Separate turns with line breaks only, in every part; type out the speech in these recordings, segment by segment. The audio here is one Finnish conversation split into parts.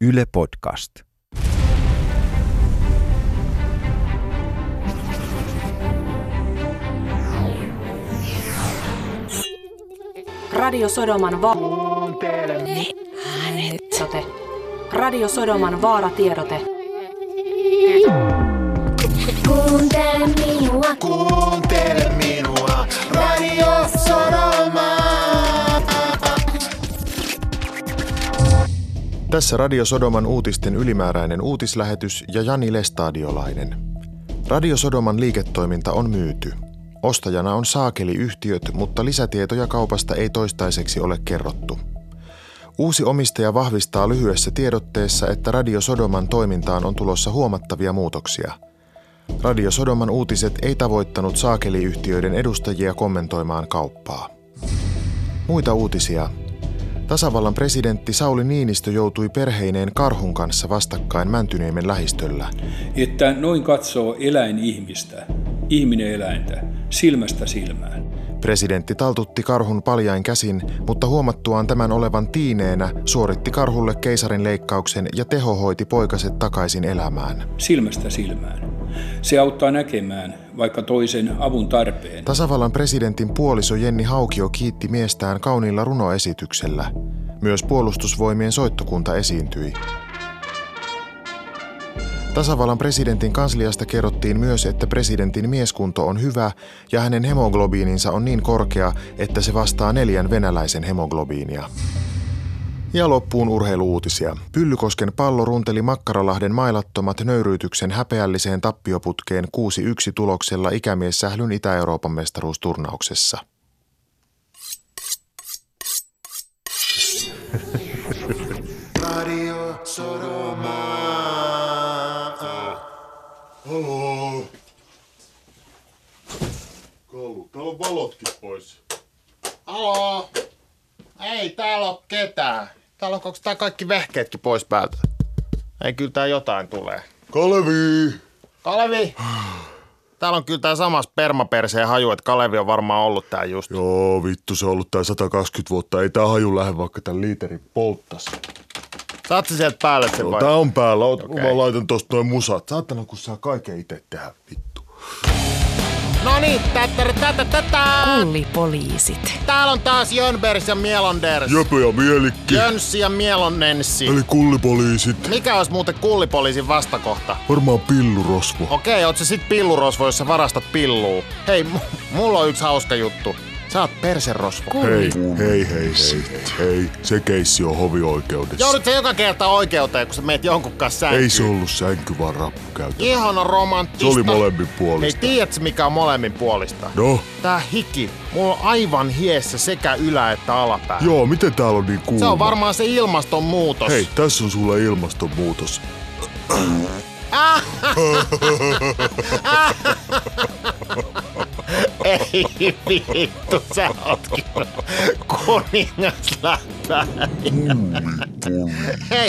Yle Podcast.
Radio Sodoman va- tiedote. Radio Sodoman vaaratiedote.
Kuuntele minua,
Kuuntele minua, Radio Sodoma. Tässä Radio Sodoman uutisten ylimääräinen uutislähetys ja Jani Lestadiolainen. Radio Sodoman liiketoiminta on myyty. Ostajana on saakeliyhtiöt, mutta lisätietoja kaupasta ei toistaiseksi ole kerrottu. Uusi omistaja vahvistaa lyhyessä tiedotteessa, että Radio Sodoman toimintaan on tulossa huomattavia muutoksia – Radio Sodoman uutiset ei tavoittanut saakeliyhtiöiden edustajia kommentoimaan kauppaa. Muita uutisia. Tasavallan presidentti Sauli Niinistö joutui perheineen karhun kanssa vastakkain Mäntyniemen lähistöllä.
että noin katsoo eläin ihmistä, ihminen eläintä, silmästä silmään.
Presidentti taltutti karhun paljain käsin, mutta huomattuaan tämän olevan tiineenä suoritti karhulle keisarin leikkauksen ja tehohoiti poikaset takaisin elämään.
Silmästä silmään. Se auttaa näkemään vaikka toisen avun tarpeen.
Tasavallan presidentin puoliso Jenni Haukio kiitti miestään kauniilla runoesityksellä. Myös puolustusvoimien soittokunta esiintyi. Tasavallan presidentin kansliasta kerrottiin myös, että presidentin mieskunto on hyvä ja hänen hemoglobiininsa on niin korkea, että se vastaa neljän venäläisen hemoglobiinia. Ja loppuun urheiluutisia. Pyllykosken pallo runteli Makkaralahden mailattomat nöyryytyksen häpeälliseen tappioputkeen 6-1 tuloksella ikämiessählyn Itä-Euroopan mestaruusturnauksessa.
Haloo. Kallu, täällä on valotkin pois.
Haloo! Ei täällä oo ketään. Täällä on onko tää kaikki vehkeetkin pois päältä? Ei kyllä tää jotain tulee.
Kalvi!
Kalevi! Täällä on kyllä tää sama spermaperseen haju, että Kalevi on varmaan ollut tää just.
Joo, vittu, se on ollut tää 120 vuotta. Ei tää haju lähde, vaikka tän liiterin polttas.
Saat sä sieltä päälle sen
Joo,
vai?
tää Tota on päällä. Oot,
Okei.
okay. Mä laitan tosta noin musat. Saatana, kun saa kaiken itse tehdä, vittu.
Noniin, tätä, No niin, tätä, tätä.
Pullipoliisit.
Täällä on taas Jönbers ja Mielonders.
Jöpö ja mielikki.
Jönssi ja Mielonensi.
Eli kullipoliisit.
Mikä olisi muuten kullipoliisin vastakohta?
Varmaan pillurosvo.
Okei, oot sä sit pillurosvo, jos sä varastat pilluu. Hei, m- mulla on yksi hauska juttu. Sä oot perserosvo.
Hei, hei, hei, hei, hei. Se keissi on hovioikeudessa.
Joudut sä joka kerta oikeuteen, kun sä meet jonkun kanssa sänkyyn.
Ei se ollut sänky, vaan rappukäytö.
Ihana romanttista.
Se oli molemmin
Hei,
puolista.
tiedätkö mikä on molemmin puolista?
No,
Tää hiki. Mulla on aivan hiessä sekä ylä- että alapää.
joo, miten täällä on niin kuuma?
Se on varmaan se ilmastonmuutos.
Hei, tässä on sulle ilmastonmuutos.
Ei vittu, sä ootkin kuningas lähtää. Hei,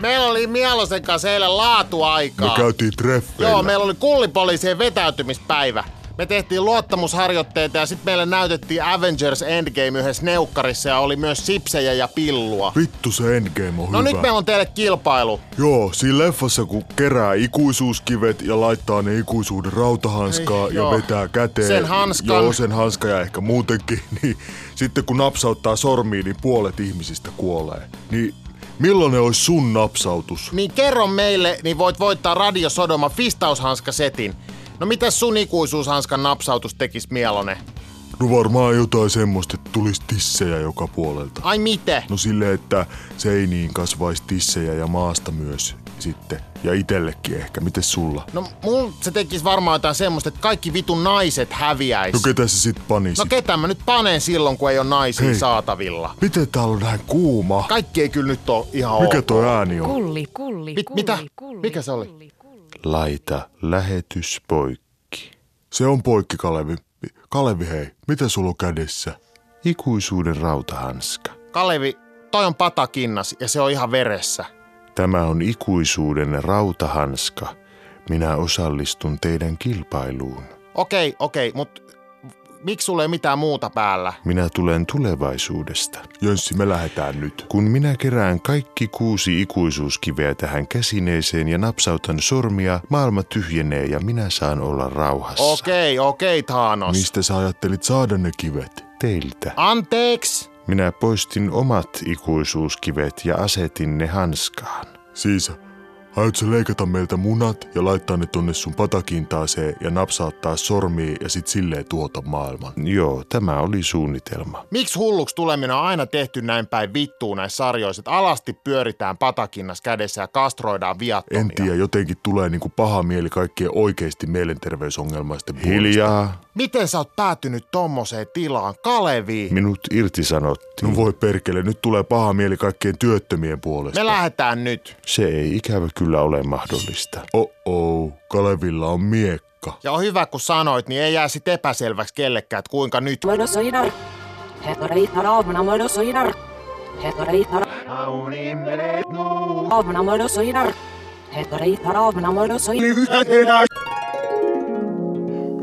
meillä oli Mielosen kanssa eilen
Me
laatuaikaa.
käytiin treffeillä.
Joo, meillä oli kullipoliisien vetäytymispäivä. Me tehtiin luottamusharjoitteita ja sitten meille näytettiin Avengers Endgame yhdessä neukkarissa ja oli myös sipsejä ja pillua.
Vittu se endgame on
No
hyvä.
nyt meillä on teille kilpailu.
Joo, siinä leffassa kun kerää ikuisuuskivet ja laittaa ne ikuisuuden rautahanskaa
Ei,
ja
joo.
vetää käteen.
Sen hanskan.
Joo, sen hanska ja ehkä muutenkin. Niin sitten kun napsauttaa sormiin, niin puolet ihmisistä kuolee. Niin millainen olisi sun napsautus?
Niin kerro meille, niin voit voittaa Radio Sodoma fistaushanskasetin. No mitä sun ikuisuushanskan napsautus tekis Mielonen?
No varmaan jotain semmoista, että tulisi tissejä joka puolelta.
Ai miten?
No sille, että seiniin kasvaisi tissejä ja maasta myös sitten. Ja itellekin ehkä. Mites sulla?
No mul se tekis varmaan jotain semmoista, että kaikki vitun naiset häviäis.
No ketä sä sit panisit?
No ketä mä nyt panen silloin, kun ei ole naisia
Hei.
saatavilla?
Miten täällä on näin kuuma?
Kaikki ei kyllä nyt oo ihan
Mikä
ok.
tuo ääni on?
Kulli, kulli,
Mit, mitä? Mikä se oli?
Laita lähetys poikki. Se on poikki, Kalevi. Kalevi, hei, mitä sulla on kädessä? Ikuisuuden rautahanska.
Kalevi, toi on patakinnas ja se on ihan veressä.
Tämä on ikuisuuden rautahanska. Minä osallistun teidän kilpailuun.
Okei, okei, mut Miksi sulle ei mitään muuta päällä?
Minä tulen tulevaisuudesta.
Jönssi, me lähdetään nyt.
Kun minä kerään kaikki kuusi ikuisuuskiveä tähän käsineeseen ja napsautan sormia, maailma tyhjenee ja minä saan olla rauhassa.
Okei, okei, Thanos.
Mistä sä ajattelit saada ne kivet?
Teiltä.
Anteeksi!
Minä poistin omat ikuisuuskivet ja asetin ne hanskaan.
Siis, aiot sä leikata meiltä munat ja laittaa ne tonne sun patakintaaseen ja napsauttaa sormiin ja sit silleen tuota maailman?
Joo, tämä oli suunnitelma.
Miksi hulluksi tuleminen on aina tehty näin päin vittuun näissä sarjoissa, että alasti pyöritään patakinnas kädessä ja kastroidaan viattomia?
En tiedä, jotenkin tulee niinku paha mieli kaikkien oikeasti mielenterveysongelmaisten puolesta.
Hiljaa.
Miten sä oot päätynyt tommoseen tilaan, Kalevi?
Minut irtisanottiin.
No voi perkele, nyt tulee paha mieli kaikkien työttömien puolesta.
Me lähdetään nyt.
Se ei ikävä kyllä ole mahdollista.
Oh-oh, Kalevilla on miekka.
Ja on hyvä, kun sanoit, niin ei jää sit epäselväksi kellekään, että kuinka nyt.
Modo soidar. Heto riitar avna modo soidar. Heto riitar. Avna modo soidar. Heto riitar avna modo soidar.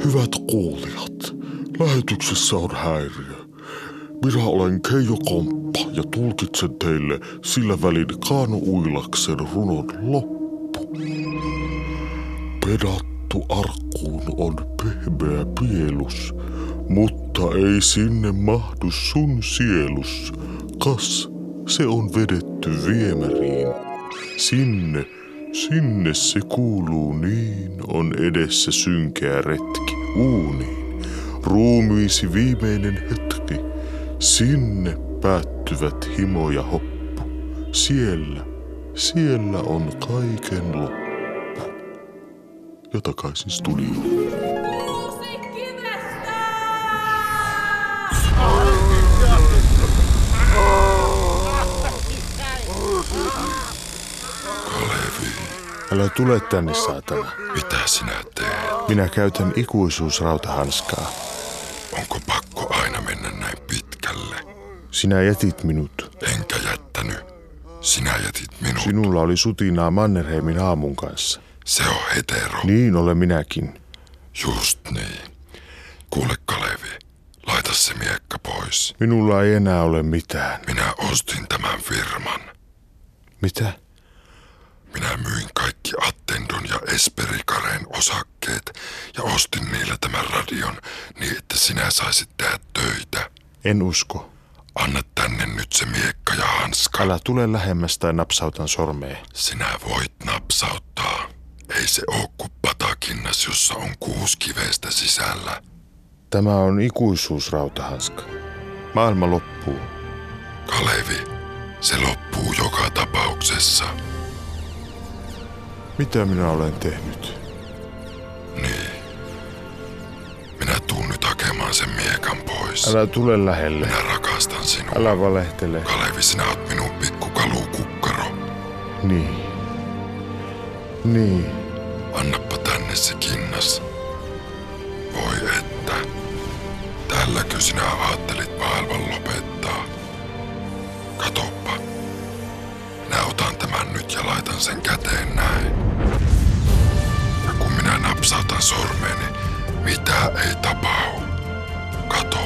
Hyvät kuulijat, lähetyksessä on häiriö. Minä olen Keijo Komppa ja tulkitsen teille sillä välin Kaanu Uilaksen runon loppu. Pedattu arkkuun on pehmeä pielus, mutta ei sinne mahdu sun sielus. Kas, se on vedetty viemäriin. Sinne, sinne se kuuluu niin, on edessä synkeä retki uuniin. Ruumiisi viimeinen hetki, sinne päättyvät himo ja hoppu. Siellä, siellä on kaiken loppu. Ja takaisin studioon.
Älä tule tänne, saatana.
Mitä sinä teet?
Minä käytän ikuisuusrautahanskaa.
Onko pakko aina mennä näin pitkälle?
Sinä jätit minut.
Enkä jättänyt. Sinä jätit minut.
Sinulla oli sutinaa Mannerheimin aamun kanssa.
Se on hetero.
Niin olen minäkin.
Just niin. Kuule Kalevi, laita se miekka pois.
Minulla ei enää ole mitään.
Minä ostin tämän firman.
Mitä?
Minä myin kaikki Attendon ja Esperikaren osakkeet ja ostin niillä tämän radion niin, että sinä saisit tehdä töitä.
En usko.
Anna tänne nyt se miekka ja hanska.
Älä tule lähemmäs tai napsautan sormeen.
Sinä voit napsauttaa. Ei se oo kuin patakinnas, jossa on kuusi kivestä sisällä.
Tämä on ikuisuusrautahanska. Maailma loppuu.
Kalevi, se loppuu joka tapauksessa.
Mitä minä olen tehnyt?
Niin. Minä tuun nyt hakemaan sen miekan pois.
Älä tule lähelle.
Minä rakastan sinua.
Älä valehtele.
Kalevi, sinä oot minun pikkukalukukkaro.
Niin. Niin.
Annappa tänne se kinnas. Voi että. Tälläkö sinä ajattelit maailman lopettaa? Katoppa. Minä otan tämän nyt ja laitan sen käteen näin. Ja kun minä napsautan sormeeni, mitä ei tapahdu. Kato.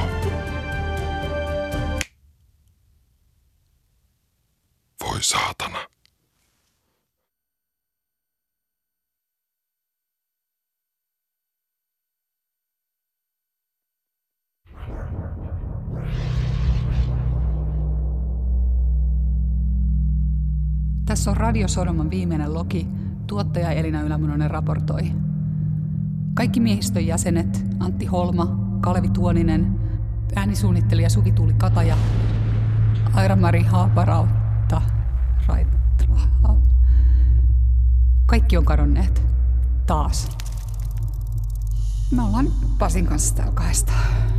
Voi saatana.
Tässä on Radio Sodoman viimeinen loki, tuottaja Elina Ylämunonen raportoi. Kaikki miehistön jäsenet, Antti Holma, Kalevi Tuoninen, äänisuunnittelija Suvi Tuuli Kataja, Aira-Mari Haaparautta, Raitra, kaikki on kadonneet. Taas. Me ollaan Pasin kanssa täällä kahdestaan.